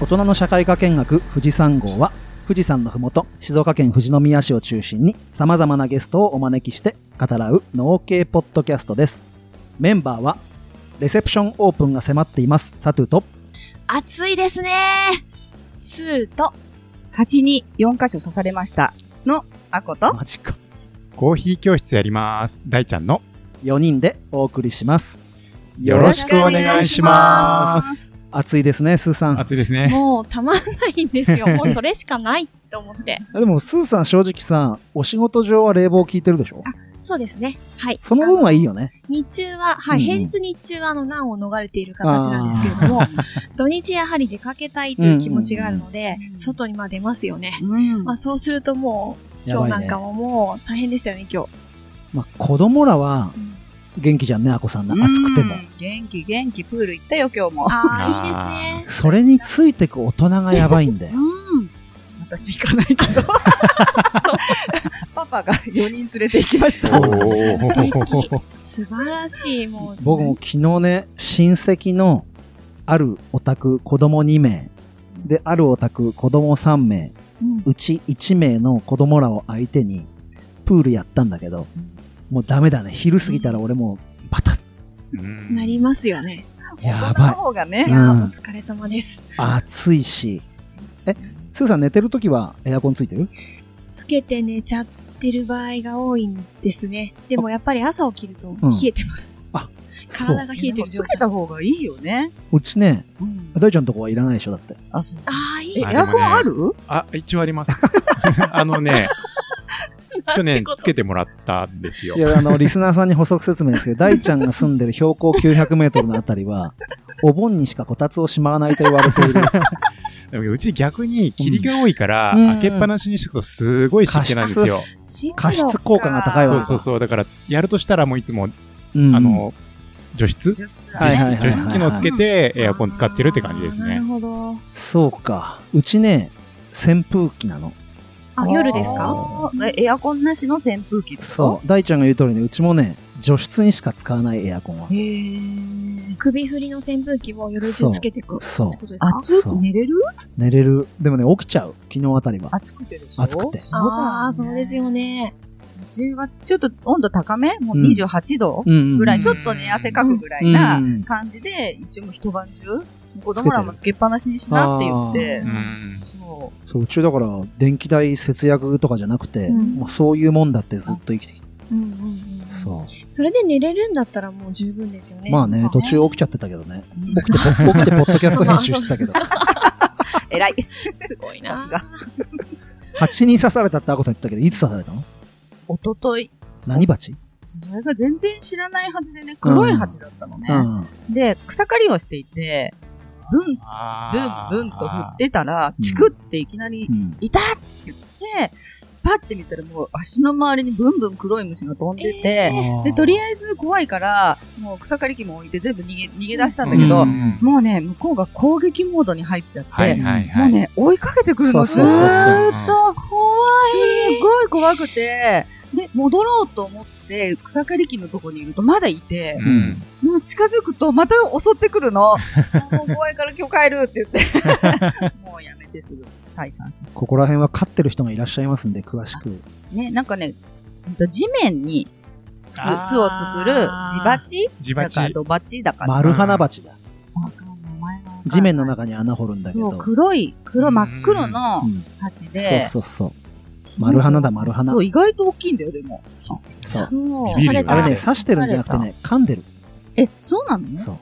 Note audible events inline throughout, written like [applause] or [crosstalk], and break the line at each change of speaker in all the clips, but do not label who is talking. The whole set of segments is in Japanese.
大人の社会科見学富士山号は富士山のふもと静岡県富士宮市を中心にさまざまなゲストをお招きして語らう農系ポッドキャストですメンバーはレセプションオープンが迫っていますサトゥと
暑いですねスーと、
蜂に4箇所刺されました。の、あこと、
マジか
コーヒー教室やります。大ちゃんの。
4人でお送りします
よろしくお願いします。
暑いですねスーさん
暑いですね。
もうたまんないんです [laughs] よ。もうそれしかないと思って。
でもスーさん正直さお仕事上は冷房効いてるでしょ
そうですね。はい。
その分はい
い。
いよね
日中は、は
う
い。
ん
平日日中は、あの、難を逃れている形なんですけれども、 [laughs] 土日やはり出かけたいという気持ちがあるので
う、ん
外にまあ出ますよね。
うん
まあそうするともう、
やば
今日
い
なん
ね
かももう大変でしたよね、今日。
まあ、子供らは
うん
元気じゃんねあこさんな暑くても
うん元気元気、プール行ったよ、今日も。
あ
あー
あ、いいですね。
それについてく大人がやばいんだよ
うん。私行かないけ
[laughs]
ど。パパが4人連れて行きまし
お
た。
ー
素晴らしい、もう。
僕も昨日ね、親戚のあるお宅子供2名、で、あるお宅子供3名、
うん、
うち1名の子供らを相手に、プールやったんだけど、もうダメだね。昼過ぎたら俺もう、バタッ。
うん
なりますよね。
や
大人の
ば
方が
い。
ね、
う
お
ん。
疲れ様です。
暑いし。え、スーさん寝てるときはエアコンついてる
つけて寝ちゃってる場合が多いんですね。でもやっぱり朝起きると
うん
冷えてます。
そう
体。が冷えてる
つ
状
け
態。
た方がいいよね。
うちね、
うん
大ちゃんのとこはいらないでしょだって。
あ、そう。
ああ、い
え、
い。
あ
エアコンある
あ、一応あ
[laughs]
ります。あのね、去年つけ
て
てもらったんですよ
い。や、あの、リスナーさんに補足説明ですけ [laughs] ど、大ちゃんが住んでる標高900メートルのあたりは、お盆にしかこたつをしまわないと言われている
でもうち逆に霧が多いから、
うん
開けっぱなしにしておくとすごい湿気なんですよ。
加湿効果が高いわ
そ
け
うそうそう。だから、やるとしたらもういつも、
うん
あの、除湿
除湿
はいはいはい
除湿機能つけてエアコン使ってるって感じです
な
ね
る。ほど。
そうかうちね扇風機なの
あ、夜ですか
えエアコンなしの扇風機
そう大ちゃんが言う通りねうちもね除湿にしか使わないエアコンは
へー
首振りの扇風機を夜中つけていくって
そう
ことですか
暑
そ
く
う
寝れる
寝れるでもね起きちゃう昨日あたりは
暑くてでしょ
暑くて
そうだよね
ああ、そうですよね。
うちはちょっと温度高めもう
うん
28度
うんうん
ぐらい、
うん
ちょっとね、汗かくぐらいな
うん
感じで、一応もう一晩中、子供らもつけっぱなしにしなって言って
う
あ、
ん。
そ
そううちだから電気代節約とかじゃなくて、
うん
もうそういうもんだってずっと生きてきて
うんうんうん。
そ
それで寝れるんだったらもう十分ですよ
う
ね。
まあね
ね
途中起きちゃってたけど
[laughs]
ね
う。
起きてぽ起きてポッドキャスト編集して
[laughs]
たけど
偉い。
すごい
さ
な
すが。
蜂に刺されたってあこさん言ってたけどいつ刺されたの
おととい、
何蜂、
それが全然知らないはずでね、黒い蜂だったのね。
うん
で、草刈りをしていて、ブン、ブン
あ、ー
ブンと振ってたら、
ー
チクっていきなり
う、ん、
いたって言って、パッて見たらもう足の周りにブンブン黒い虫が飛んでて、で、とりあえず怖いから、もう草刈り機も置いて全部逃げ、逃げ出したんだけど、
うん
もうね、向こうが攻撃モードに入っちゃって、
はいはい
も
は
う
い。
ね、追いかけてくるの、
そうそ
ず
うそうそう
ーっと、
怖
すごい怖くて、で、戻ろうと思って、草刈り機のとこにいるとまだいて、
うん。
もう近づくとまた襲ってくるの。もう怖いから今日帰るって言って。 [laughs] もうやめてすぐ退散した。
ここら辺は飼ってる人がいらっしゃいますんで、詳しく。
ね、なんかね、ほんと地面につく
あー
巣を作る地鉢
自
だ
鉢。
か土鉢だから。
丸花鉢だ。
わかんない名前がわかんない
地面の中に穴掘るんだけど。
そう、黒い、黒、真っ黒の
うん
鉢
そう
で。
そうそう。丸花だ、丸花。
そ、
そうう。
意外と大きいんだよ、でも。そう。
刺された
あれね、
ビ
刺してるんじゃなくてね、噛んでる。
え、そうなの
そ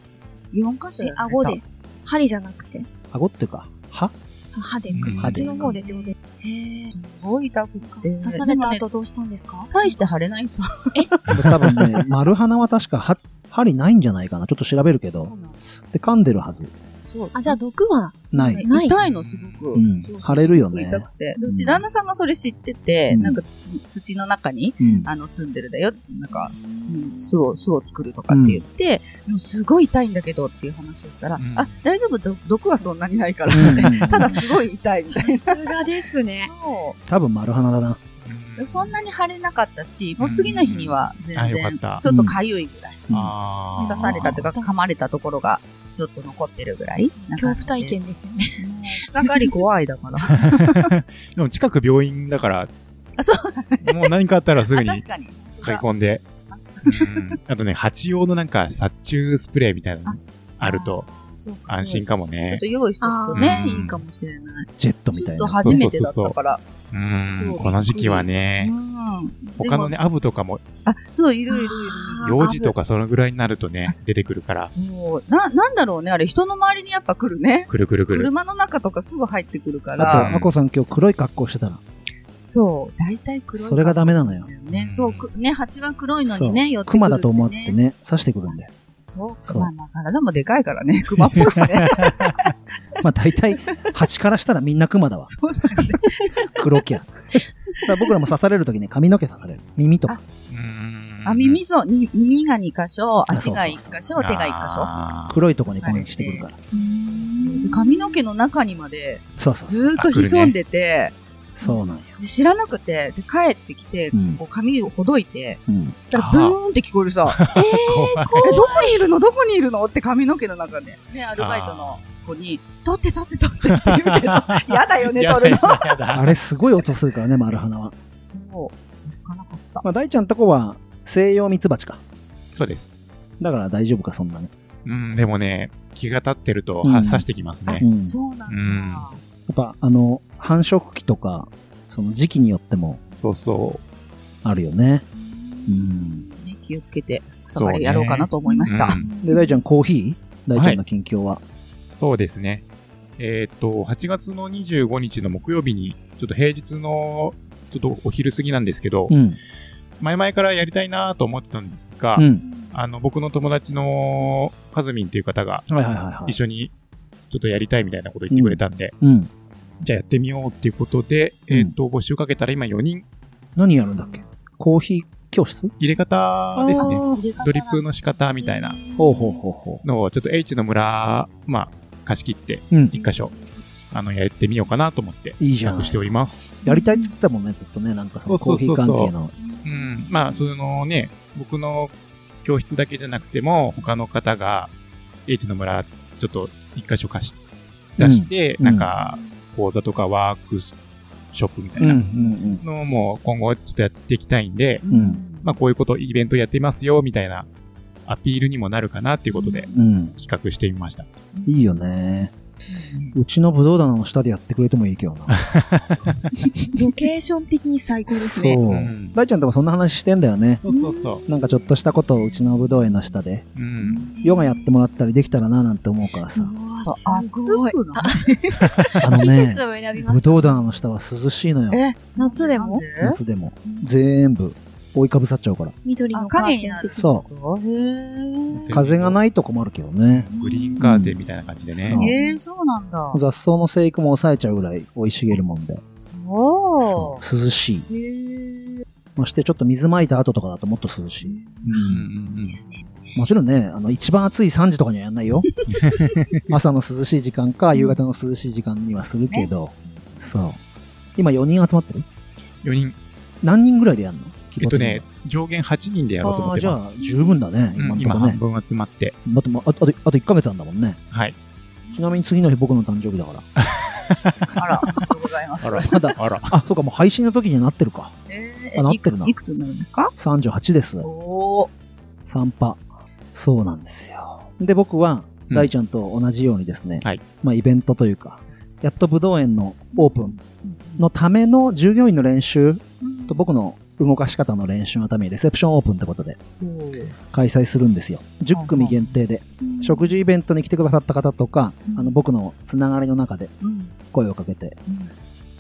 う。
?4 箇所やられた
顎で。。針じゃなくて、
顎っていうか、歯
歯で、
うん
口の方でってことで。へえ。
すごい痛くて。
刺された
でもね。
後どうしたんですか
大して腫れないさ。
多分
[laughs]
ね、丸花は確か歯、針ないんじゃないかな。ちょっと調べるけど。で、噛んでるはず。
そう。
あ、じゃあ毒は、
ない。
ない
痛いのすごく。
うん
そう
腫れるよね
すごく痛くて。で
うん
うち旦那さんがそれ知ってて、
うん
なんか土土の中に、
うん。
あの、住んでるだよ。なんか、うん巣を、巣を作るとかって言って、でもすごい痛いんだけどっていう話をしたら、
うん
あ、大丈夫、ど毒はそんなにないから、
うん
ね [laughs] ただすごい痛いみたいな。
さすがですね。
そ
多分丸花だな。
うそんなに腫れなかったし、もう次の日には全
あよかっ
然、
た
ちょっと痒いぐらい。
うん
あー
刺されたというか、噛まれたところがちょっと残ってるぐらいな
恐怖
感じで
体験ですよね。
もう草刈り怖いだから
[laughs] でも近く病院だから、
あそ
もう何かあったらすぐに
あ確かに
買い込んで、うんあとね、蜂用のなんか殺虫スプレーみたいなのあると
そうか
安心かも
ちょっ
ね。
と用意しとくとね
あー
いいかもしれない
ジェットみ
ち
た
ょっ
い
と
な。
初めてだったから
う
そう、
んこの時期はね、
うん
他の
で
ね、
も
アブとかも、
あそういるいるいる
あ
幼児とかそのぐらいになるとね、出てくるから、
そうななんだろうねあれ人の周りにやっぱ来るね
くるくるくる。
車の中とかすぐ入ってくるか
あ
ら
と、あこさん今日黒い格好してたら、
そう大体黒い
それがダメなのよ。
ねそうくね蜂は黒いのにね寄ってくる
熊だと思ってね、刺してくるんで。
そう
そう
熊だからでもでかいからね [laughs] 熊っぽいし
[laughs]
ね
まあ大体、蜂からしたらみんな熊だわ。
そうだね
黒キャ。だから僕らも刺されるときね、髪の毛刺される。耳とか。
うん
あ、耳そう、に耳が2箇所、
あそ
足
うそうそう
が1箇所、手が1箇所。
あー
黒いとこに攻撃してくるから。
髪の毛の中にまで
そうそう。
ずーっと潜んでて、
そうなんよ。
で知らなくて、で帰ってきて、
うん
こう髪をほどいて、
うん。
そしたらブーンって聞こえるさ、え
怖い
ど [laughs] こにいるのどこにいるのって髪の毛の中で、ね、アルバイトの子に、取って取って取ってって言うけど、
[laughs]
やだよね、
や
取る
だ [laughs] や
の。
だやだ
あれすごい音するからね、丸花は。
そう、なかなかった。
まあ大ちゃんとこは西洋ミツバチか。
そうです。
だから大丈夫か、そんなね。
うん、でもね、気が立ってると、
うん
は刺してきますね
う。ん。や
そうなんだ。
うん
っぱ、あの、繁殖期とか、その時期によっても
そうそう。
あるよね。う
うん
ん。
ね気をつけて、草刈りやろうかなと思いました。
うん
で、大ちゃんコーヒー大ちゃんの近況は。
そうですね。えーっと、8月の25日の木曜日に、ちょっと平日の、ちょっとお昼過ぎなんですけど、
うん。
前々からやりたいなと思ってたんですが、
うん。
あの、僕の友達のカズミンという方が、
はいはいはいはい
一。緒にちょっとやりたいみたいなこと言ってくれたんで、
うん。
じゃあやってみようっていうことで、
うん
えーっと、募集かけたら今4人
何やるんだっけコーヒー教室
入れ方ですね。
ね。
ドリップの仕方みたいな
ほうほうほうほ
のを、ちょっと H の村、まあ、貸し切って、
う。うん。
一箇所、あの、やってみようかなと思って、
いいじゃ
企
ん
画し。ております。
やりたいって言ってたもんね、ずっとね。なんかそのコ
そ
ー
う
ヒー
そうそ
関
うそう
係の。
うん、まあ、そのね、僕の教室だけじゃなくても、他の方が、H の村、ちょっと一箇所貸し、出して、
うん
なんか、講座とかワークショップみたい
うんう
なんのも今後ちょっとやっていきたいんで、
うん。うん。
まあ、こういうこと、イベントやってますよ、みたいなアピールにもなるかなっていうことで
うん。
企画してみました。
いいよね。うちのブドウ棚の下でやってくれてもいいけどな。
ロケーション的に最高ですね。
う
うん
大ちゃんともそんな話してんだよね。
そうそうそ
なんかちょっとしたことをうちのブドウ園の下で、
う。うん。
ヨガやってもらったりできたらななんて思うからさ。
うわ
そう
すごい
暑くない
あの
季
ね
節、を選びま
ブ
した。
ドウ棚の下は涼しいのよ。
え
夏で
なん
も
で
夏でも。全部、覆いかぶさっちゃうから。
緑
あ
の
影
影
に
に
な
な
る
る。
そ
そうへー
風がないと困るけどね。
グリーンカーテンみたいな感じで
うん
ね。
えー、そうなんだ。
雑草の生育も抑えちゃうぐらい生い茂るもんで。
そ
涼しい。
う。へー
ましてちょっと水まいた後とかだともっと涼しい。
うんうんうん
ですね。
もちろんね、あの、一番暑い3時とかにはやんない
[laughs]
よ。朝の涼しい時間か、夕方の涼しい時間にはするけど、そう。今4人集まってる
4人。
何人ぐらいでやるの
えっとね、、上限8人でやろうと思
あ
っ
あ、
て
じゃ
ま
あ
す。
十分だね、
う
今の
ん
と
今
こ
半
ね。
分集まって。
だってもうあと、あとあと1ヶ月なんだもんね。
はい。
ちなみに次の日僕の誕生日だから。
あら、ありがとうございま
[laughs]
す。
まだ、
あら。
あ、そうか、もう配信の時にはなってるか。
え
あ
ー、
なっ
い
て
く
るな
ついくつになるんですか
38です。
おー。
散歩。そうなんですよ。で、僕は、
うん
大ちゃんと同じようにですね、
はい
まあイベントというか、やっと武道園のオープンのための従業員の練習と僕の動かし方の練習のためにレセプションオープンってことで開催するんですよ。10組限定で、食事イベントに来てくださった方とか、
うん
あの僕のつながりの中で声をかけて、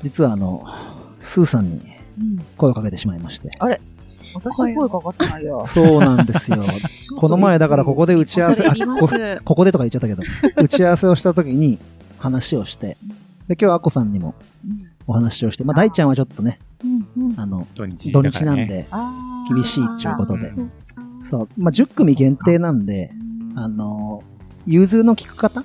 実はあの、スーさんに声をかけてしまいまして。
私声かかってないよ。
そうなんですよ。 [laughs] この前だからここで打ち合わせ、
恐れ
あ
入ります。
ここでとか言っちゃったけど、打ち合わせをした時に話をして、で、今日はアッコさんにもお話をして、まあ、大ちゃんはちょっとね、あの、
土日
土日なんで、
あー
厳しいっちゅうこと
で
そう
そう、まあ、10組限定なんで、あの、融通の利く方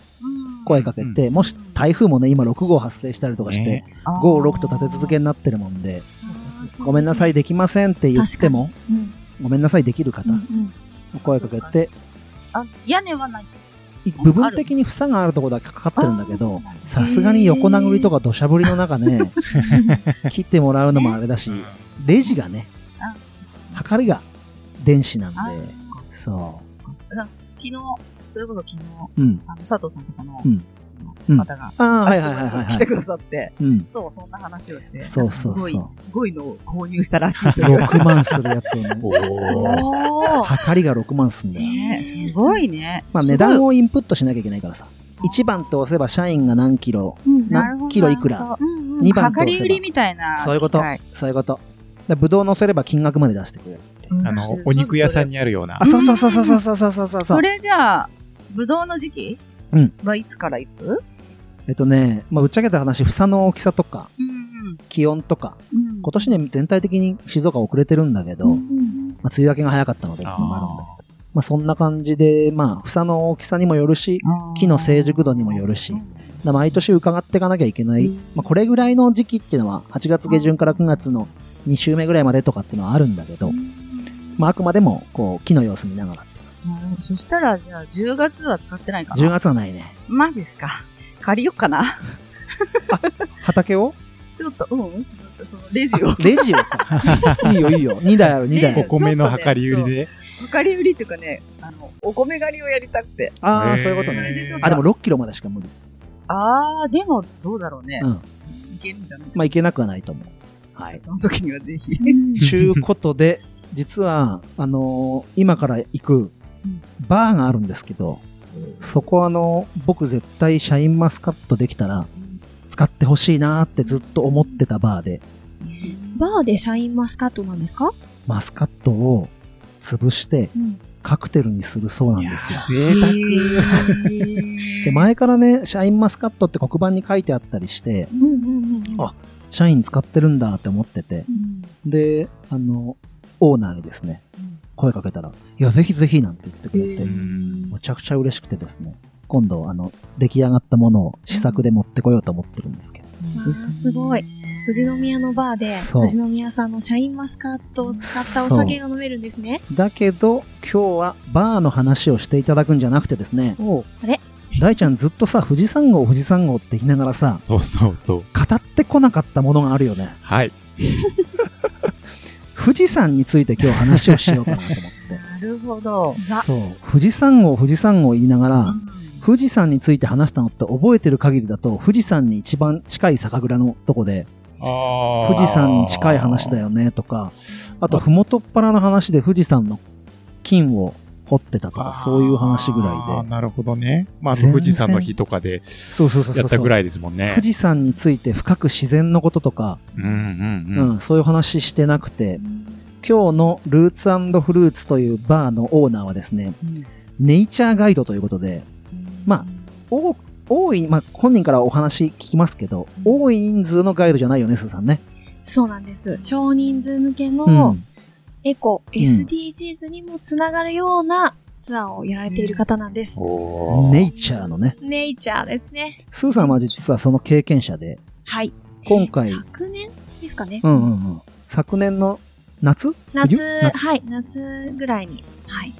声かけて、もし台風もね、今6号発生したりとかして
ね、
あー
5、6と立て続けになってるもんで、
そうかそうか
ごめんなさい、できませんって言っても、
うん
ごめんなさい、できる方
う、ん
声かけて、
あ、屋根はない。
い部分的に房があるところだけかかってるんだけど、さすがに横殴りとか土砂降りの中ね、 [laughs] 切ってもらうのもあれだし、レジがね
あ、
測りが電子なんで
あ、
そ
昨日、それこそ昨日、
う。うん。
あの、佐藤さんとかの
うんうん
方が、
ああ、はいはいはい
来
は
て
い。
くださって、
うん。
そう、そんな話をして、
そうそうそう
なんかすごい、すごいのを購入したらしいという。
6万するやつを
[laughs]
ね、
おー
おー。
測りが6万すんだよ。
ねえすごいね。
まあ値段をインプットしなきゃいけないからさ。1番って押せば社員が何キロ、
うん
な
なるほど
キロいくら
なるほどうんうん
二番と
量り売りみたいな。
そういうこと
はい。
そういうこと。で、ぶどう乗せれば金額まで出してくれる。
あの、お肉屋さんにあるような
あ、。そうそうそうそうそうそうそうそう
それじゃあ、ぶどうの時期
うん
はいつからいつうん
えっとね、まあ、ぶっちゃけた話、房の大きさとか、
うん
気温とか、
うん
今年ね、全体的に静岡遅れてるんだけど、ま
うん
あ、梅雨明けが早かったので、っていうのもあるんだけどまあ、そんな感じで、まあ、房の大きさにもよるし、木の成熟度にもよるし
うん
だ毎年伺っていかなきゃいけない、
うん
まあ、これぐらいの時期っていうのは、8月下旬から9月の2週目ぐらいまでとかっていうのはあるんだけど、まあ、あくまでも、こう、木の様子見ながら。
うんそしたら、じゃあ、10月は使ってないか
10
な。
月はないね。
マジっすか。借りよっかな。
畑を
ちょっと、うん、ちょっとそのレジ
[laughs]
を。
レジをか。いいよ、いいよ。2台ある、2台あ
お
る。
米の量り売りで。
借り売りっていうかね、あの、お米狩りをやりたくて。
ああ、そういうこと
それ
ね。
でちょっと
あ、でも6キロまでしか無理。
あー、でも、どうだろうね。
うん
いけるんじゃない
まあ、いけなくはないと思う。 [laughs] はい。
その時にはぜひ。
ちゅうことで、実は、あのー今から行く
うん、
バーがあるんですけど、そこはあの、僕絶対シャインマスカットできたら、使ってほしいなーってずっと思ってたバーで、
バーでシャインマスカットなんですか
マスカットを潰して
うん。
カクテルにするそうなんですよ。
贅沢。
[laughs] で、前からね、シャインマスカットって黒板に書いてあったりして、
うんうんうん。
あ社員使ってるんだって思ってて、
うん。
で、あの、オーナーにですね、声かけたら、いや、ぜひぜひなんて言ってくれて、
うん
むちゃくちゃ嬉しくてですね、今度、あの、出来上がったものを試作で持ってこようと思ってるんですけど。
わあすごい。富士宮のバーで、
そう
富士宮さんのシャインマスカットを使ったお酒が飲めるんですね。
だけど、今日はバーの話をしていただくんじゃなくてですね、
あれ
大ちゃんずっとさ、富士山号、富士山号って言いながらさ、
そうそうそう。
語ってこなかったものがあるよね。
はい。
富士山について今日話をしようかなと思
[laughs]
っ
なるほど。
て。そう、富士山号、富士山号言いながら、
う
富士山について話したのって覚えてる限りだと、富士山に一番近い酒蔵のとこで、富
富
士山に近い話だ
よ。
よねとか、あと、ふもとっぱらの話で富士山の金を掘ってたとか、そういう話ぐ
あ
ら
ー
いで。
なるほどね。まあ、
全然
富士山の日とかで
そうそうそう
や
そう
った
そ
ぐ
う。
らいですもんね。
富士山について深く自然のこととか、
うんうん
う
うん。
ん、そういう話してなくて、今日のルーツフルーツというバーのオーナーはですね、
ん
ネイチャーガイドということで、まあ、お多い、まあ、本人からお話聞きますけど、多い人数のガイドじゃないよね、すーさんね。
そうなんです。少人数向け
う
の
ん。
エコ、
ん
SDGs にもつながるようなツアーをやられている方なんです。
おー
ネイチャーのね。
ネイチャーですね。
スーさんは実はその経験者で、
はい。
今回、
昨年ですかね。
うんうんうん。昨年の夏
夏
冬夏
はい、夏ぐらいに。はい。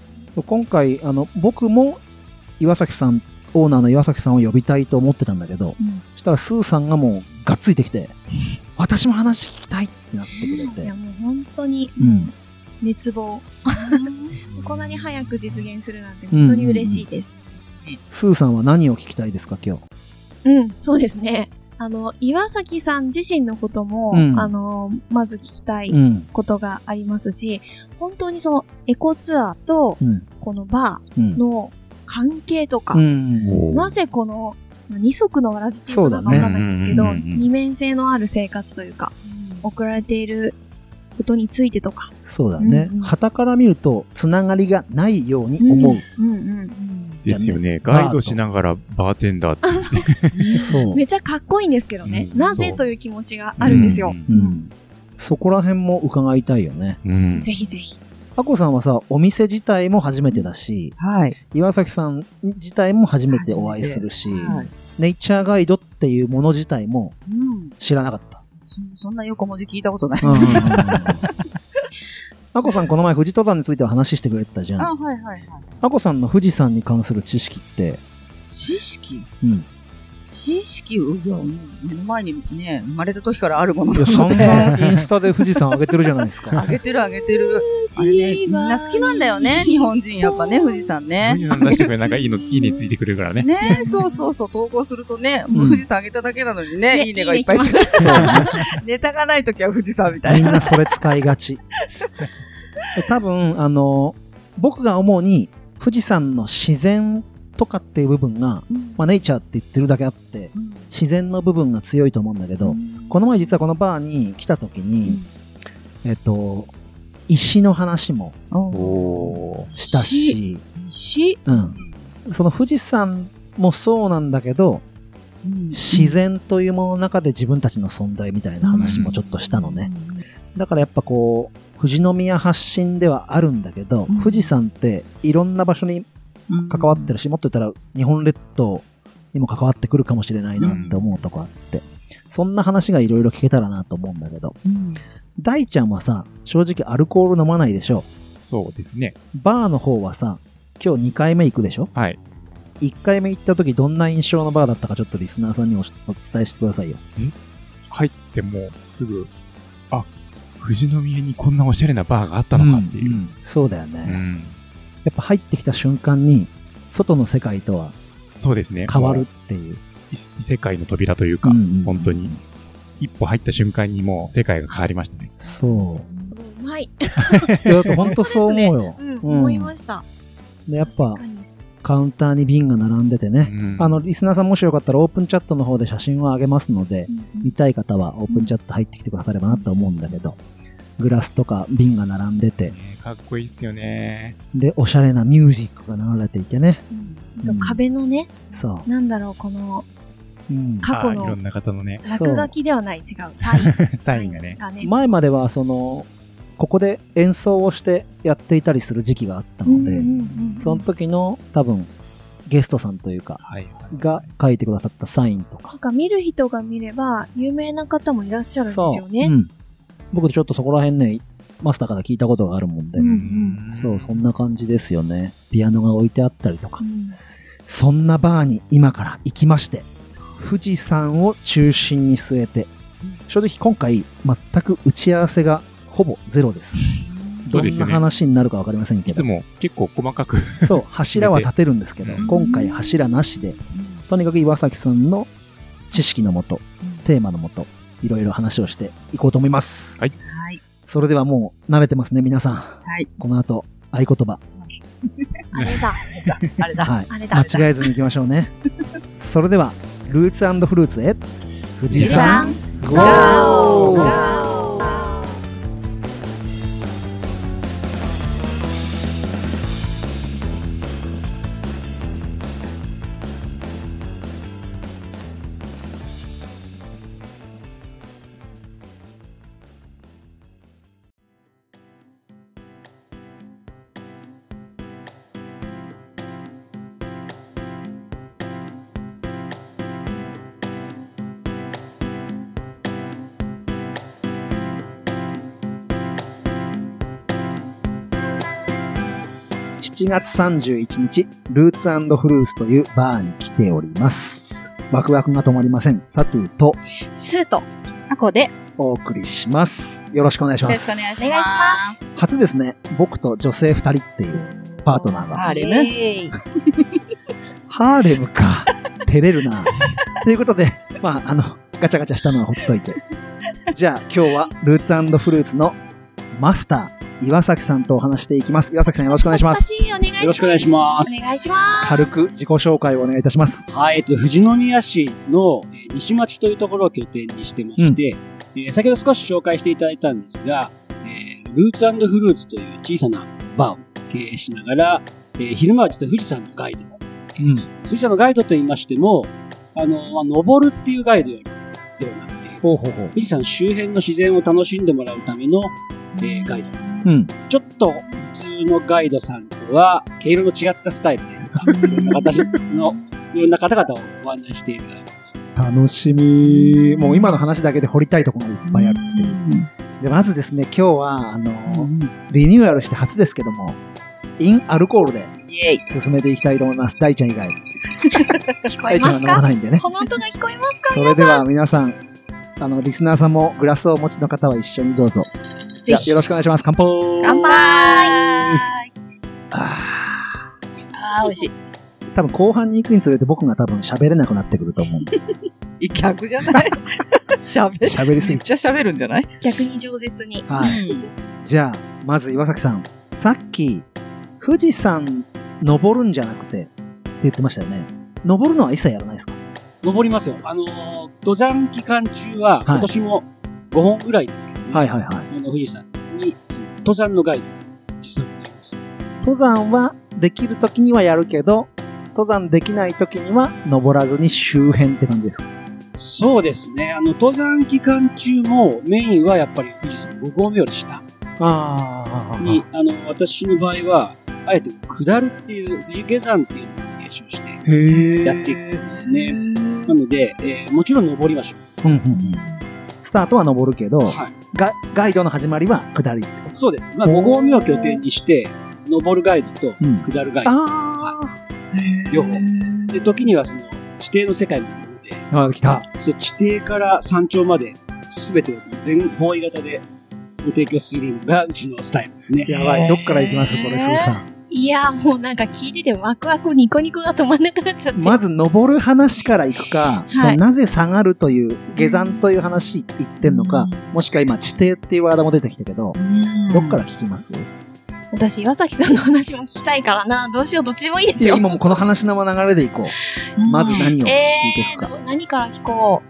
今回、あの、僕も岩崎さん、オーナーの岩崎さんを呼びたいと思ってたんだけど、
うん
そしたらスーさんがもうがっついてきて、私も話聞きたいってなってくれ
い
て
や、。もう本当に
うん。
熱望。こんなに早く実現するなんて本当に嬉しいです。
スーさんは何を聞きたいですか、今日。
うん、そうですね。あの、岩崎さん自身のことも、
うん
あの、まず聞きたい
うん。
ことがありますし、本当にそのエコツアーと、
うん。
このバ
うん
ー。の関係とか、
うん。
おー
なぜこの、まあ二足のわらじっていうのか
そうだね
わかんないんですけど、
うんうんうんうん
二面性のある生活というか、送られていることについてとか、
そうだね
うんうん。
旗から見ると、つながりがないように思う。
うんうん
ですよね。
じゃあね
ガイドしながらバーテンダーって。
そう
うん、。めちゃかっこいいんですけどね、
うん
なぜという気持ちがあるんですよ。
う。ん。そこら辺も伺いたいよね。
うん。
ぜひぜひ。
あこさんはさ、お店自体も初めてだし、
はい。
岩崎さん自体も初めてお会いするし、
はい
ネイチャーガイドっていうもの自体も
うん。
知らなかった。
そそんな横文字聞いたことない。
あこさんこの前富士登山については話してくれてたじゃん。
はいはいはい。
[laughs] あこさんの富士山に関する知識って
知識
うん。
知識を、いや、もう目の前にね、生まれた時からあるもの
い
な
や、
の
散
で。
々インスタで富士山上げてるじゃないです [laughs] か。
あげてるあげてる。あれね、みんな好きなんだよね、日本人。やっぱね、富士山
無
ね。
理なんだしてくれ、なんかいいの、いいねついてくれるからね。
ねそうそうそう、投稿するとね、もう
うん
富士山あげただけなのにね、
ね
いいねがいっぱいついて
そうね。
[laughs] ネタがない時は富士山みたい
みん
な。
なそれ使いがち。多分、あの、僕が思うに、富士山の自然とかっていう部分が、まあ、ネイチャーって言ってるだけあって、自然の部分が強いと思うんだけど、この前実はこのバーに来た時に、えっと、石の話も
お
したし、
し、
うん。その富士山もそうなんだけど、
うん
自然というものの中で自分たちの存在みたいな話もちょっとしたのね。。だからやっぱこう、富士宮発信ではあるんだけど、
うん
富士山っていろんな場所に関わってるし、もっと言ったら日本列島にも関わってくるかもしれないなって思うとこあって、そんな話がいろいろ聞けたらなと思うんだけど、
うん。
大ちゃんはさ、正直アルコール飲まないでしょ。
そうですね。
バーの方はさ、今日2回目行くでしょ
はい。
1回目行った時どんな印象のバーだったかちょっとリスナーさんにおお伝えしてくださいよ。
入ってもうすぐ、あ、富士宮にこんなおしゃれなバーがあったのかっていう。
んそうだよね、
うん。
やっぱ入ってきた瞬間に外の世界とは
そうですね。
変わ
も
る
う。
っていう
異異世界の扉というか、
うんうん
本当に。一歩入った瞬間にもう世界が変わりましたね。
そう
うまい。
いやだから本当そう思うよ、
うん、
うん
思いました。
でやっぱ
確かに
カウンターに瓶が並んでてね、
うん
あのリスナーさんもしよかったらオープンチャットの方で写真をあげますので、
うん
見たい方はオープンチャット入ってきてくださればなと思うんだけど、グラスとか瓶が並んでて
ねかっこいいっすよね。
でおしゃれなミュージックが流れていてね
あと壁のね、
そ
なんだろう、この
う、うん、
過去
あーいろ
の
んな方のね、
そう
落書きではない、違う、サイン。
[laughs]
サインがね。
がね。
前まではそのここで演奏をしてやっていたりする時期があったので、その
な
時の多分ゲストさんというか
はいはい。
が書いてくださったサインとか
んか見る人が見れば、有名な方もいらっしゃるんですよね
う、う。ん、僕ちょっとそこら辺ねマスターから聞いたことがあるもんで、
うん
そうそんな感じですよねピアノが置いてあったりとか、
うん
そんなバーに今から行きまして富士山を中心に据えて正直今回全く打ち合わせがほぼゼロです
そ
ど
うんです
な
よね
話になるか分かりませんけ
い
ど
つも結構細かく
そう、柱は立てるんですけど
う、ん
今回柱なしで、とにかく岩崎さんの知識のもと、テーマのもと、いろいろ話をしていこうと思います。
はい
はい。
それではもう慣れてますね、皆さん。
はい。
この後、合言葉、
あれだ、
あれだ。
はい、
あれだ。
間違えずに行きましょう
[laughs]
ね。それでは、ルーツフルーツへ、富
[laughs]
士山、ゴ
ゴ
ー
ー
7月31日、ルーツフルーツというバーに来ております。ワクワクが止まりません。サトゥーと
スーと、
過去で、
お送りします。よろしくお願いし
よ
ま
ろ
す。
しくお願いします。
お願いします。
初ですね、僕と女性2人っていうパートナーが。
あれね。
ね。
ハーレムか。照れるな。 [laughs] ということで、まあ、あの、ガチャガチャしたのはほっといて。じゃあ、今日はルーツフルーツのマスター、岩崎さんとお話していきます。岩崎さんよろしくお願いします。
パチパチお願いします。
よろしくお願いします
お願いします。
軽く自己紹介をお願いいたします。
はい、えっと、富士宮市のえー西町というところを拠点にしてまして、えー先ほど少し紹介していただいたんですが、えールーツフルーツという小さなバーを経営しながら、えー昼間は実は富士山のガイド。
うん
富士山のガイドと言いましても、あの、まあ、登るっていうガイドではなくて、
ほうほうほう。
富士山周辺の自然を楽しんでもらうための、えーガイド。
うん。
ちょっと普通のガイドさんとは、毛色の違ったスタイル
[laughs]
で、私のいろんな方々をご案内しているガイドです。
楽しみ。もう今の話だけで掘りたいところがいっぱいあるっていう。で、まずですね、今日は、あの、リニューアルして初ですけども、インアルコールで
イェイ。
進めていきたいと思います。大ちゃん以外。
聞こ
大
えます
ちゃんは飲ま
か
ないんでね。
この音が聞こえますか
それでは皆さん、あの、リスナーさんもグラスをお持ちの方は一緒にどうぞ。じゃあよろしくお願いします。乾杯
乾杯
あ
あー、美味し
ー多分後半に行くにつれて僕が多分喋れなくなってくると思うんで、
い。逆じゃない喋る。
喋りす
めっ
ぎち
ちゃ喋るんじゃない
逆に饒舌に。 [laughs]
ゃう。はい。じゃあ、まず岩崎さん。さっき、富士山登るんじゃなくてって言ってましたよね。登るのは一切やらないですか
登りますよ。あのー登山期間中は、今年も5本ぐらいですけどね。
はいはいはい。
あの富士山に、その登山のガイドを実際にやります。
登山はできる時にはやるけど、登山できない時には登らずに周辺って感じですか
そうですね。あの、登山期間中もメインはやっぱり富士山5合目より下
ああ
に、あの、私の場合は、あえて下るっていう、富士下山っていうのを継承して
へえ。
やっていくんですね。なので、えーもちろん登りはします。
うんうんうん。スタートは登るけど、
はい。
ガガイドの始まりは下り。
そうですね。まあ、5合目を拠点にして、登るガイドと
うん
下るガイド。
ああ。
両方で、時にはその、地底の世界もあるので、
あ、来た。
そう、地底から山頂まで、すべてを全方位型でご提供するのがうちのスタイルですね。
やばい。どっから行きますこれ、すぐさん。
いやー、もうなんか聞いててワクワクニコニコが止まんなくなっちゃって。
まず登る話から行くか、
い
そのなぜ下がるという、下山という話言ってんのか、もしくは今、地底っていうワードも出てきたけど、どっから聞きます
私、岩崎さんの話も聞きたいからな。どうしよう、どっちでもいいで
い
す
や、
よ。
今もうこの話の流れで行こう。まず何を聞いて
え
いく
ー
か。
ど、何から聞こ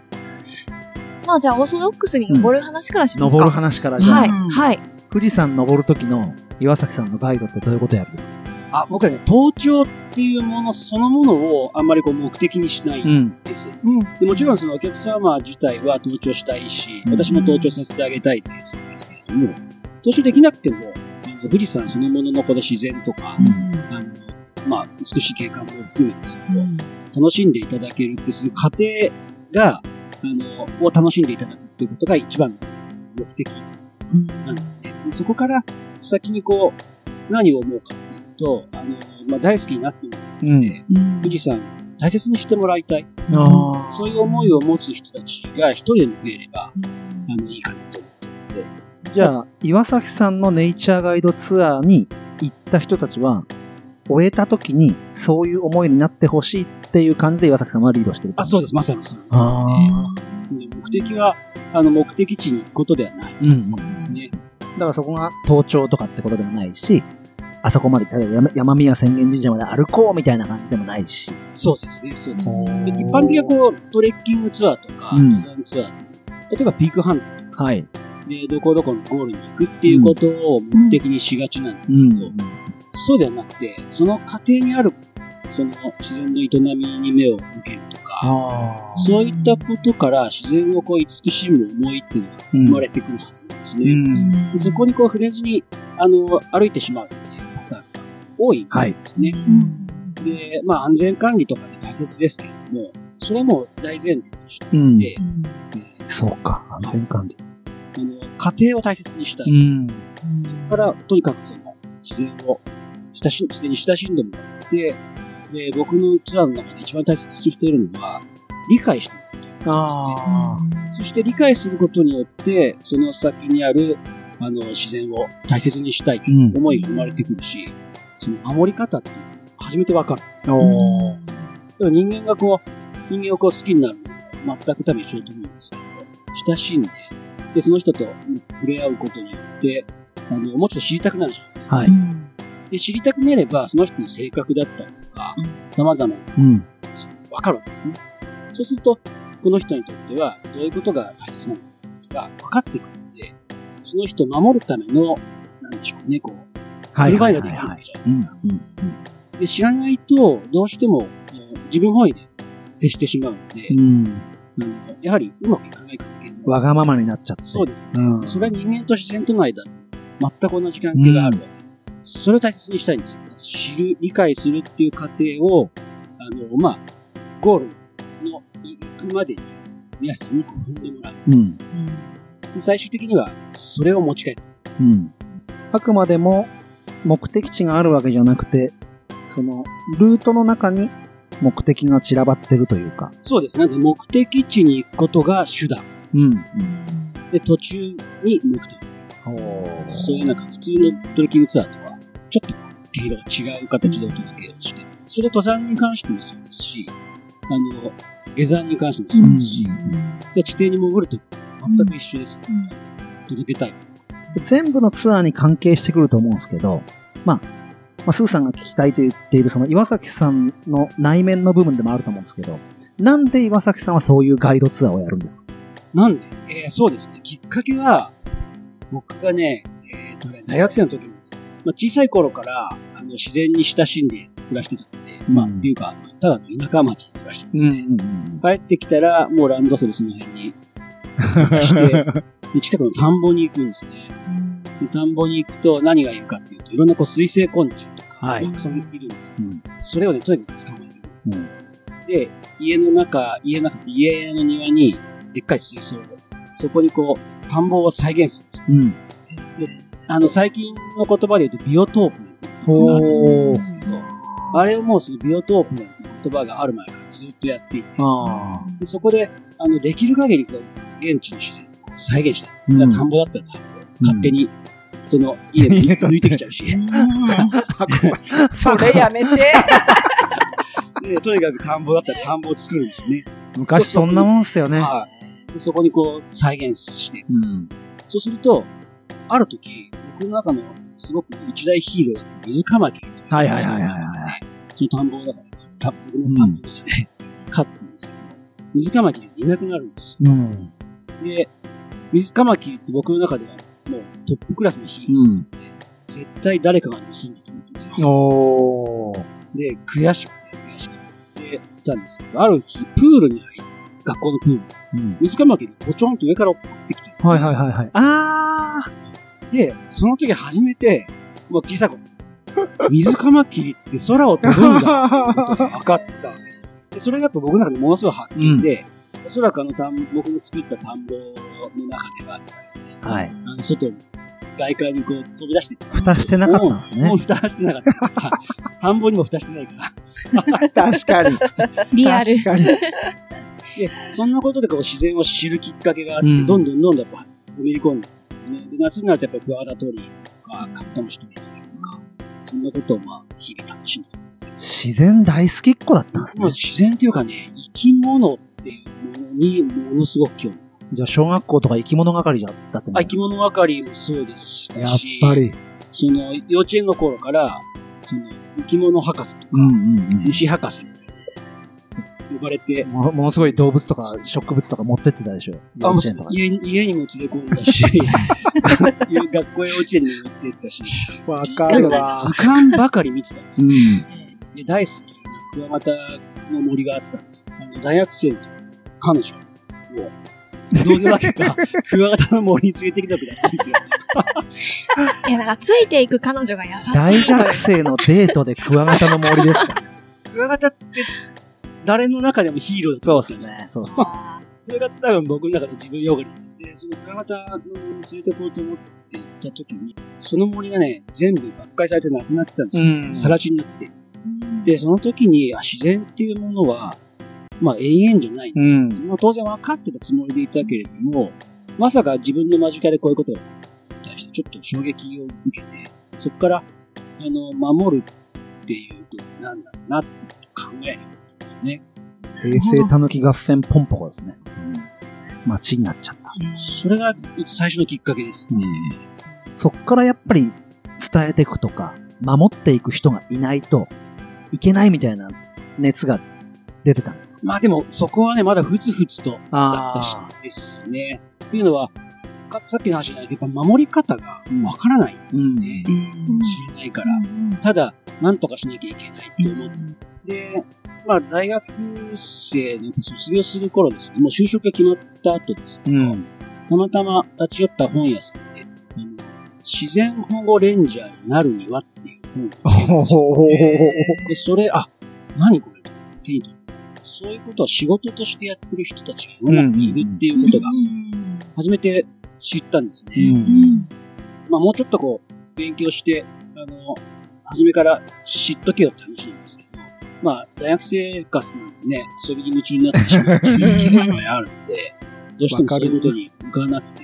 う。まあじゃあ、オーソドックスに登る話からしますか。
登る話からじゃあ、
はい、
うん
はい。
富士山登る時の岩崎さんのガイドってどういうことやるんですか
あ、僕はね、登頂っていうものそのものをあんまりこう目的にしないん
ん。
です。
うん。
でもちろんそのお客様自体は登頂したいし、
うん
私も登頂させてあげたいですですけれども、登頂できなくても、あの富士山そのもののこの自然とか、あの、まあ、美しい景観も含めてですけど、楽しんでいただけるって、その過程が、あの、を楽しんでいただくっていうことが一番の目的なんですね。でそこから先にこう、何を思うかっていうと、あの、まあ、大好きになってもら
う
っ
ん。
て、富士山を大切にしてもらいたい。
ああ。
そういう思いを持つ人たちが一人でも増えれば、あの、いいかなと思ってるので、
じゃあ、岩崎さんのネイチャーガイドツアーに行った人たちは、終えた時にそういう思いになってほしいっていう感じで岩崎さんはリードしてる。
あ、そうです。まさにそう。
あ
で目的は、あの、目的地に行くことではない
ー。うんうん。だ
ですね。
からそこが登頂とかってことでもないし、あそこまで、例えば山山宮浅間神社まで歩こうみたいな感じでもないし。
そうですね。そうですね。で一
一
般的なこう、トレッキングツアーとか、
うん
登山ツアーとか、例えばピークハント
う。はい。
で、どこどこのゴールに行くっていうことを目的にしがちなんですけど、そうではなくて、その過程にある、その自然の営みに目を向けるとか、
あ
そういったことから自然をこう、慈しむ思いっていうのが
うん。
生まれてくるはずなんです
う
ね。
ん。
でそこにこう、触れずに、あの、歩いてしまうっていうパターンが多いんですね。で、まあ、安全管理とかって大切ですけれども、それはもう大前提として、
うん。
え
そうか。安全管理。
あの家庭を大切にしたい。
ん。
そこから、とにかくその、自然を、親しん、自然に親しんでもらって、で、僕のツアーの中で一番大切にしているのは、理解してもらうことですね
あ
そして理解することによって、その先にある、あの、自然を大切にしたい
ー。うん。
思いが生まれてくるし、その守り方っていうのを初めてわかる。
おー。
でも人間がこう、人間をこう好きになるのは全く多分一緒だと思うんですけど、親しんで、で、その人と触れ合うことによって、あの、もうちょっと知りたくなるじゃないですか。
はい。
で、知りたくなれば、その人の性格だったりとか、様々な、
うん。
そうわかるわけですね。そうすると、この人にとっては、どういうことが大切なのかっていうことが分かってくるので、その人を守るための、なんでしょうね、こう、アルバイトできるわけじゃないですか。
うんうん
で、知らないと、どうしても、もう自分本位で接してしまうので、
うん。
あのやはりうまくいかない関係も
わがままになっちゃって。
そうです。
うん。
それは人間と自然との間に全く同じ関係があるわけです。それを大切にしたいんです。知る、理解するっていう過程を、あの、まあ、ゴールのに行くまでに皆さんにこう踏んでもらう。
うん。
で最終的にはそれを持ち帰る。
うん。あくまでも目的地があるわけじゃなくて、その、ルートの中に目的が散らばってるというか。
そうですね。で目的地に行くことが手段。
うん。
で、途中に目的。そういうなんか普通のトレッキングツアーとは、ちょっと毛色が違う形でお届けをしています。それ登山に関してもそうですし、あの、下山に関してもそうですし、それは地底に潜るときも全く一緒です。
うん
届けたい。
全部のツアーに関係してくると思うんですけど、まあ、まあ、スーさんが聞きたいと言っている、その岩崎さんの内面の部分でもあると思うんですけど、なんで岩崎さんはそういうガイドツアーをやるんですか
なんで、えーそうですね。きっかけは、僕がね、えーとね大学生の時なんですよ。まあ、小さい頃から、あの、自然に親しんで暮らしてたんで、まあ、
うん
っていうか、ただの田舎町で暮らしてたんで、
ん。
帰ってきたら、もうランドセルその辺に
[laughs]
して、で近くの田んぼに行くんですね。で田んぼに行くと何がいるかっていうと、いろんなこう水生昆虫とか、
はい
たくさんいるんです。
うん
それをね、とにかく捕まえてく
うん
る。で、家の中、家の中、家の庭に、でっかい水槽を、そこにこう、田んぼを再現するんです。
うん。
あの、最近の言葉で言うと、ビオトープなんて言葉があったと思うんですけど、あれをもうそのビオトープなんて言葉がある前からずっとやっていて、
あ
でそこで、あの、できる限りその現地の自然を再現したい。それは田んぼだったら田んぼ、勝手に人の家
家
抜
買って
抜いてきちゃう [laughs] し。
それやめて。
でとにかく田んぼだったら田んぼを作るんですよね。
あ。昔そんなもんっすよね。
はいでそこにこう再現して。
うん。
そうすると、ある時、僕の中のすごく一大ヒーローだった水カマキリという
はいはいはいはいは
その田んぼの中で、た僕の田んぼの中で、飼ってたんですけど、水カマキリがいなくなるんですよ
い。うん。
で、水カマキリって僕の中ではもうトップクラスのヒーロー。
うん。
絶対誰かが盗んだと思ってんですよ。
おー。
で、悔しくて悔しくて。で、行ったんですけど、ある日、プールに入り、学校のプールに、
うん。
水かまきにポチョンと上から落っこってきたんですよ
はいはいはいはい。あ
で、その時初めて、もう小さい頃、水かまきりって空を飛ぶんだってことが分かったわけ
[laughs]
です。で、それがやっぱ僕の中でものすごい発見で、おそらくあの田んぼ、僕の作った田んぼの中では、
ー。はい。
あの外に、外界にこう飛び出していった
蓋してなかったんです
も
ね
う。蓋してなかったんです。はい田んぼにも蓋してないから。
[laughs] 確かに。
リアル。
確かに。
で、そんなことでこう自然を知るきっかけがあって、
うん
どんどんどんどんやっぱ、のめり込んでるんですよね。で、夏になるとやっぱりクワガタ鳥とか、カブトムシ取りとか、そんなことをまあ、日々楽しんでたんですけど、
自然大好きっ子だったんです
まあ
ね。
自然っていうかね、生き物っていうものにものすごく興味。
じゃあ、小学校とか生き物係だったって
あ生き物係もそうですし、
やっぱり。
その、幼稚園の頃から、その、生き物博士とか、
うんうんうん。
虫博士みたいな、呼ばれて、
もものすごい動物とか植物とか持ってってたでしょ。
あ
幼
もう
稚園とか
家に家にも連れ込ん
[laughs]
だし、学校や幼稚園にも行ってったし、
わ
だから図鑑ばかり見てたんです
う
よ。
ん。
で大好きなクワガタの森があったんです。あの大学生の時彼女を、どういうわけか、クワガタの森に連れてきたわけだったん
[laughs]
ですよ。
いや、だからついていく彼女が優
大
しい。
学生のデートでクワガタの森です [laughs] か
クワガタって、誰の中でもヒーローだったんですよ。
ね。そう
それが多分僕の中で自分よがりなんで、そのクワガタの森に連れてこうと思って行った時に、その森がね、全部奪回されてなくなってたんですよ。
ん
さら地になってて。
うん
で、その時に、あ自然っていうものは、まあ永遠じゃない。
うん。
まあ当然分かってたつもりでいたけれども、まさか自分の間近でこういうことが起こるに対してちょっと衝撃を受けて、そこから、あの、守るっていうことってなんだろうなってことを考えるんですよね。
平成たぬき合戦ポンポコですね。うん。街になっちゃった。
それが最初のきっかけです。
そっからやっぱり伝えていくとか、守っていく人がいないといけないみたいな熱が出てたんです。
まあでも、そこはね、まだふつふつとだったし
あ
ですね。っていうのは、かさっきの話じゃないけど、やっぱ守り方がわからないんですよね。
う
知らないから。ただ、なんとかしなきゃいけないと思って。で、まあ、大学生の卒業する頃ですね、もう就職が決まった後です。
うん。
たまたま立ち寄った本屋さんで、あの自然保護レンジャーになるにはっていう本を見つけたんですよで、それ、あ、何これと思って手に取った。そういうことは仕事としてやってる人たちが世の中にいるっていうことが、初めて知ったんですね。まあ、もうちょっとこう、勉強して、あの、初めから知っとけよって話なんですけど、まあ、大学生活なんでね、遊びに夢中になってしまう機会があるので、どうしてもそういうことに向かなくて、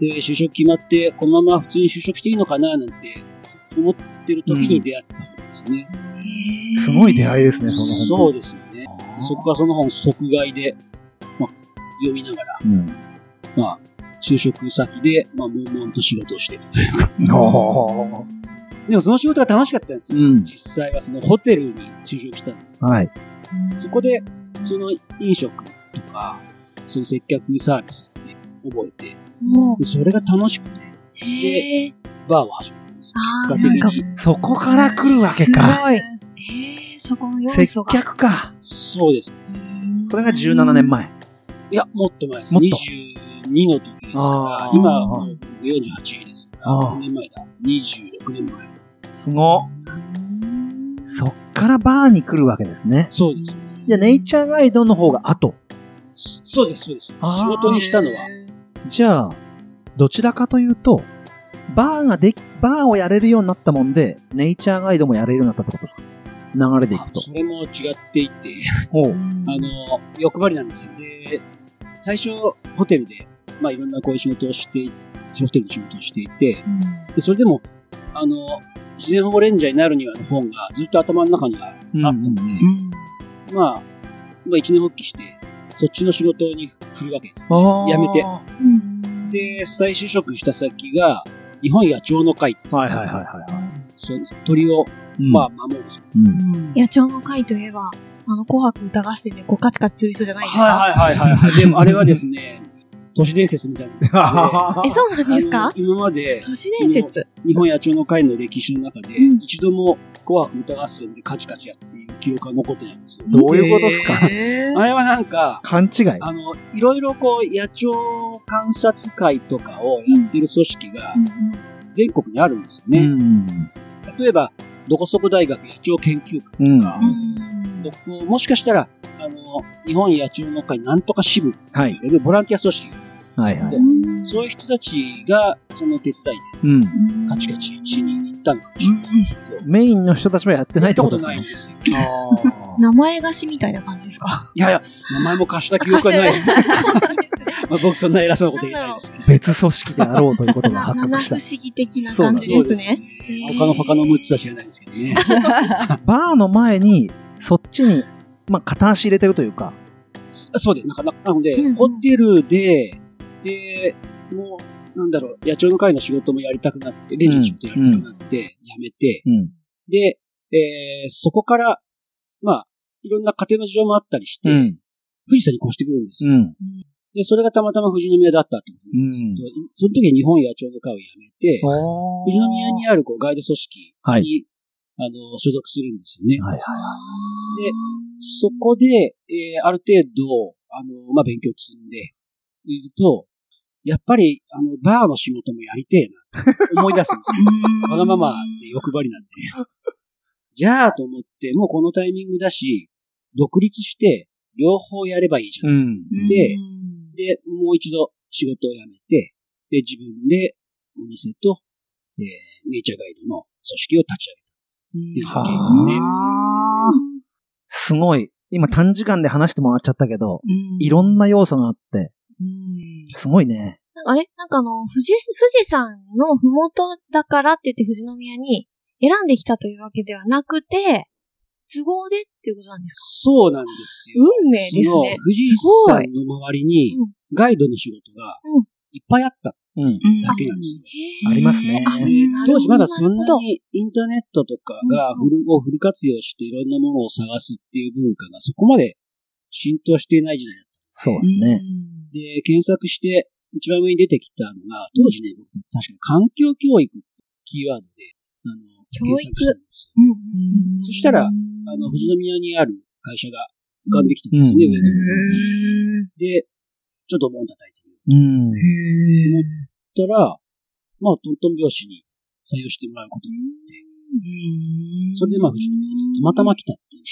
で、就職決まって、このまま普通に就職していいのかななんて思ってる時に出会ったんですよね。
すごい出会いですね、その本
そうですよね。でそこがその本即買いで、まあ、読みながら、
うん。
まあ、就職先で、まあ、悶々と仕事をしてたというか。
お
でもその仕事が楽しかったんです
う
よ。
ん。
実際はそのホテルに就職したんですけど
はい。
そこで、その飲食とか、その接客サービスって覚えて、
も
でそれが楽しくて、
う、へえ。
バーを始めたんですよ。
ああ、
結
なん
果
か
的、に。
そこから来るわけか。
すごい。へえ、そこの要
接
素が。
客か。
そうです。
それが17年前。
いや、もっと前です。
もっと
22の時ですから
あ、ー
今はもう48ですから、
あー
何年前だ ?26 年前。
すごっそっからバーに来るわけですね。
そうです。
じゃあ、ネイチャーガイドの方が後。
そそうです、そうです。仕
あー
事にしたのは、
じゃあ、どちらかというと、バーができ、バーをやれるようになったもんで、ネイチャーガイドもやれるようになったってことですか流れでい
あ
くと。
それも違っていて、
おう
あの、欲張りなんですよ。で、最初、ホテルで、まあ、いろんなこういう仕事をして、ホテルの仕事をしていて、でそれでも、あの、自然保護レンジャーになるにはの本がずっと頭の中にあ
うん
あったので、まあ、まあ、一年発起して、そっちの仕事に振るわけですよ。
あー
やめて
は
うん
で、再就職した先が、日本野鳥の会、
いはいはいは
そ鳥を、
い。
まあ、守るんですよ。
あ、うん。
野鳥の会といえば、あの、紅白歌合戦でこうカチカチする人じゃないですか。
はいはいはいはい。でも、あれはですね、都市伝説みたい
[laughs]
なのがあっ
え、そうなん
て。
です
あ
か
の今まで、
都市伝説。
日本野鳥の会の歴史の中で、
うん
一度も紅白歌合戦でカチカチやっていう記憶が残ってないんですよ。
どういうことですか、
あれはなんか、
勘違い。
あの、いろいろこう、野鳥観察会とかをやってる組織が
うんうん
全国にあるんですよ
う
ね。
ん。
例えば、どこそこ大学野鳥研究会
うん。
とか
は、
どこもしかしたら、あの、日本野鳥の会なんとか支部、
い。
ボランティア組織があるんですよ
はいはい
でそういう人たちが、その手伝い
うん。
でカチカチしに行ったのかもしれないですけど、
メインの人たちもやってない
行
っ
っ
こ
てたこ
で
とと
す
ないん
ね。
ですよ。
名前貸しみたいな感じですか
いやいや、名前も貸した記憶はないです。 [laughs] まあ僕そんな偉そうなこと言えないです
[laughs]
けど。
別組織であろうということが
な
発
七
覚
不
した
思。議的な感じですね。
そうですね他の他の6つは知らないですけ
[laughs]
どね。
バーの前に、そっちに、まあ、片足入れてるというか。
そそうです。なんかななので、
うんうん
ホテルで、で、もう、なんだろう、野鳥の会の仕事もやりたくなって、レジの仕事やりたくなって、やめて、
うん。
で、えーそこから、まあ、いろんな家庭の事情もあったりして、
ん。
富士山に越してくるんです
う
よ。
ん。
で、それがたまたま富士宮だったってことなんですけど、その時に日本野鳥の会をやめて、
お
富士宮にあるこうガイド組織
はい
に、あの、所属するんですよね。
はいはい。
で、そこで、えーある程度、あの、まあ、勉強積んでいると、やっぱり、あの、バーの仕事もやりてえな、思い出すんで
[laughs]
すよ。わがままで欲張りなんで。じゃあ、と思って、もうこのタイミングだし、独立して、両方やればいいじゃん。
ん。
で、で、もう一度仕事を辞めて、で、自分でお店と、えーネイチャーガイドの組織を立ち上げたっていう経緯ですね。
すごい。今短時間で話してもらっちゃったけど、いろんな要素があって、すごいね。
なんかあれなんかあの、富士、富士山のふもとだからって言って富士宮に選んできたというわけではなくて、都合でっていうことなんですか
そうなんですよ。
運命です
その
ね。
富士
すご
山
い。
の周りに
うん、
ガイドの仕事が
うん
いっぱいあった
うん。
だけなんですよ。
へー
ありますね
あ
うん
で
なるほど
当時まだそん
な
な
るほど
にインターネットとかが
うん
フルをフル活用していろんなものを探すっていう文化がそこまで浸透していない時代だっ
そうですね。
た。で、検索して一番上に出てきたのが、当時ね、僕確かに環境教育ってキーワードで、あの、
教
検
育
索したんですよ。
うんうん
そしたら、あの、富士宮にある会社が浮かんできたんですよ
う
ね、
ん
上の方にで、ちょっと門叩いてみよう
うん。
ったら、まあ、トントン拍子に採用してもらうことになって、それでまあ、富士宮にたまたま来たっていう。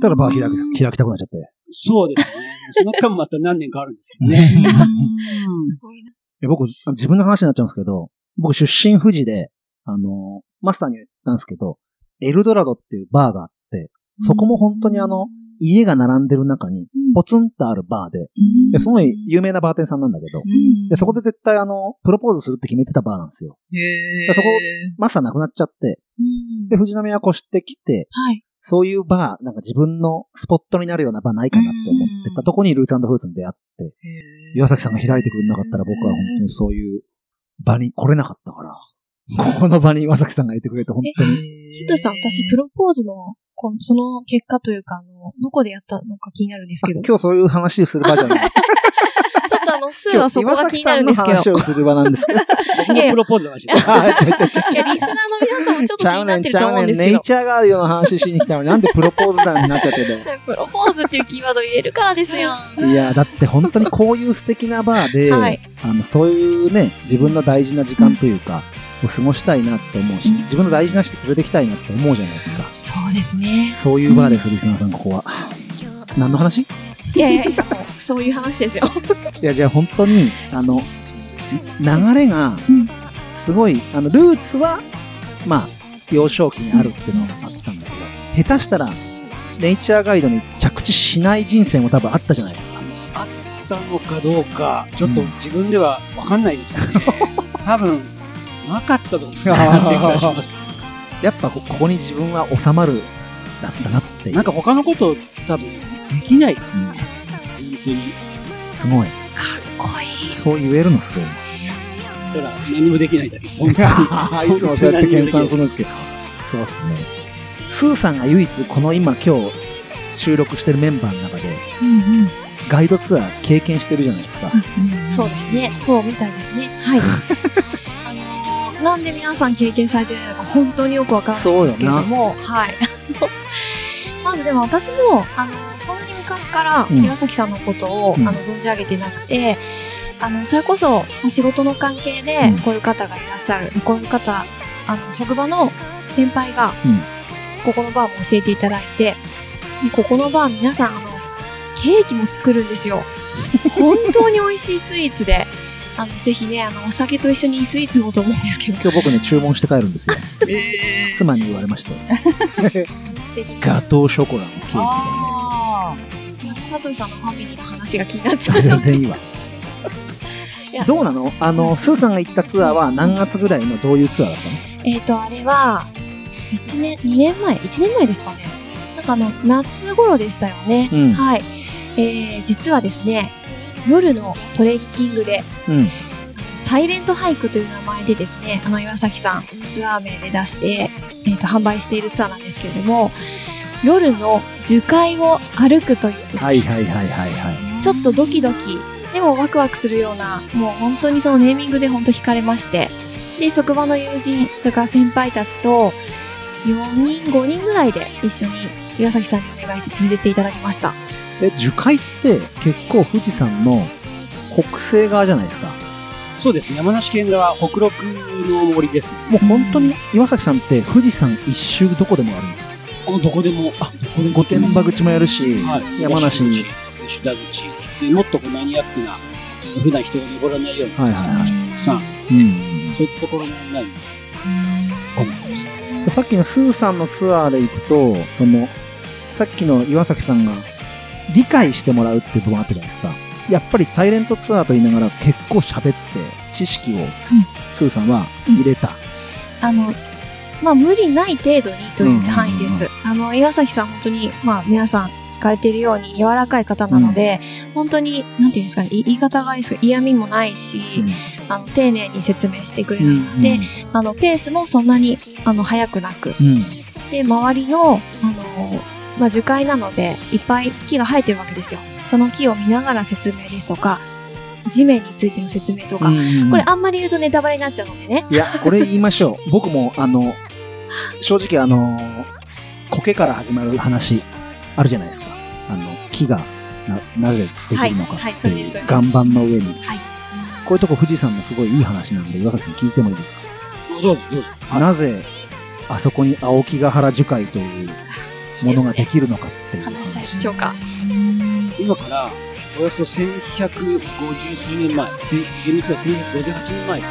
だからバー開き開きたくなっちゃって。
そうですね。その間また何年かあるんですよね。
[laughs] すごいな。
いや僕、自分の話になっちゃうんですけど、僕出身富士で、あの、マスターに言ったんですけど、エルドラドっていうバーがあって、そこも本当にあの、家が並んでる中に
うん、
ポツンとあるバーで、
うん
で、すごい有名なバーテンさんなんだけど、で、そこで絶対あの、プロポーズするって決めてたバーなんですよ。
へ
で
ー
そこマスター亡くなっちゃって、で、藤波は越してきて、
はい。
そういうバー、なんか自分のスポットになるようなバーないかなって思ってたとこにルーツフルーツに出会って、
へー
岩崎さんが開いてくれなかったら僕は本当にそういう場に来れなかった
[laughs]
から、ここの場に岩崎さんがいてくれて本当に。
へー
佐藤さん、私、プロポーズの、このその結果というか、あの、どこでやったのか気になるんです
あ
けど、ちょ
今日そういう話をする場じゃない。
っとあの、数
今
は
日
[laughs] そこ
岩
が
崎
気にな
さ
る
ん
ん
の
ですけど、い
話をする場なんです
[laughs]
けど。
僕のプロポーズの話です。
あー、ちょちょちょ
や、リスナーの皆さんもちょっと気になってると思うんですけ
ネイ
ど、
チャーガーディオの話しに来たのになんでプロポーズ団になっちゃってて。
プロポーズっていうキーワード入れるからですよ。
いや、だって本当にこういう素敵なバーで、
はい
あの、そういうね、自分の大事な時間というか、を過ごしたいなって思うし、
うん
自分の大事な人連れてきたいなって思うじゃないですか。
そうで
[laughs]
すね。
そういうバーです、リスナーさん、ここは。何の話い
いやいやいや、もうそういう話ですよ。
や、じゃあ本当に、あの、流れが
うん、
すごい、あの、ルーツは、まあ、幼少期にあるっていうのがあったんだけど、下手したら、ネイチャーガイドに着地しない人生も多分あったじゃないですか。
ったのかどうか、ちょっと自分ではわかんないですよね。多分、なかったと思うんですよね。
あー
っていう気がします。
やっぱこここに自分は収まる、だったなっていう
なんか他のこと多分できないですね。本当に。
すごい。
かっこいい。
そう言えるのす
[laughs]
ごい。
ただ何もできないだけ。本
[laughs]
当に。
いつもそうやって計算するんですけど。そうですね。スーさんが唯一この今今日収録してるメンバーの中でガイドツアー経験してるじゃないですか。
そうですね。そうみたいですね。はい。
[laughs]
あのーなんで皆さん経験されてるのか本当によくわからないんですけれども、はい。 [laughs] あのまずでも私も、あの、そんなに昔から
うん
岩崎さんのことを、
うん
あの、存じ上げてなくて、あの、それこそ、まあ仕事の関係で
うん、
こういう方がいらっしゃる、こういう方、あの、職場の先輩が
うん、
ここのバーも教えていただいて、でここのバー皆さん、あの、ケーキも作るんですよ。本当に美味しいスイーツで、あの、ぜひね、あの、お酒と一緒にスイーツもと思うんですけど、
今日僕ね、注文して帰るんですよ。
えー
妻に言われまして。
素敵な。
ガトーショコラのケーキが
あ
佐藤さんのファミリーの話が気になっち
[laughs]
ゃ
ね。
う。
全然いいわ
[laughs] いや。
どうなのあの、スーさんが行ったツアーは何月ぐらいのどういうツアーだったの
えっと、あれは、1年、2年前 ?1 年前ですかね。なんかあの、夏頃でしたよね。
うん
はい。えー、実はですね、夜のトレッキングで、
うん。
サイレントハイクという名前でですね、あの岩崎さん、ツアー名で出して、えっと販売しているツアーなんですけれども、夜の樹海を歩くというですね、
はいはいはいはいはい。
ちょっとドキドキ、でもワクワクするような、もう本当にそのネーミングで本当惹かれまして、で、職場の友人、それから先輩たちと、4人、5人ぐらいで一緒に岩崎さんにお願いして連れてっていただきました。
え、樹海って結構富士山の北西側じゃないですか。
そうですね。山梨県側、北陸の森です。
もう本当に岩崎さんって富士山一周どこでもあるんですよ
あのどこでも、あ、どこで
御殿
も
場口もやるし、
はい、
山梨に。
吉田口。でもっとこうマニアックな、普段人が登らないような、
はいはいはい
たくさん、
うん
そういったところもないので、思ってます。
さっきのスーさんのツアーで行くとそのさっきの岩崎さんが理解してもらうっていう部分あったじゃないですかやっぱりサイレントツアーと言いながら結構喋って知識をスーさんは入れた、
あの、まあ、無理ない程度にという範囲です。あの、岩崎さん、本当に、まあ、皆さん、聞かれているように柔らかい方なので、本当に、なんていうんですかね、い言い方がいいですか、嫌味もないし、あの、丁寧に説明してくれる。
うん
であの、ペースもそんなに、あの、速くなく。
うんうん
で、周りの、あの、まあ、樹海なので、いっぱい木が生えてるわけですよ。その木を見ながら説明ですとか、地面についての説明とか、これあんまり言うとネタバレになっちゃうのでね。
いや、これ言いましょ
[laughs]
う。僕も、あの、正直、あの、苔から始まる話、あるじゃないですか。あの、木がな、なぜできるのか
はいはい
って
そう
い
です
う
そうです
岩盤の上に。
はい。
こういうとこ富士山のすごいいい話なんで、岩崎さん聞いてもいいですか、
どうぞ、どうぞ。
なぜ、あそこに青木ヶ原樹海というものができるのかっていう。
話し合いましょうか。
今からおよそ1150数年前、せ厳密には1158年前です、860年に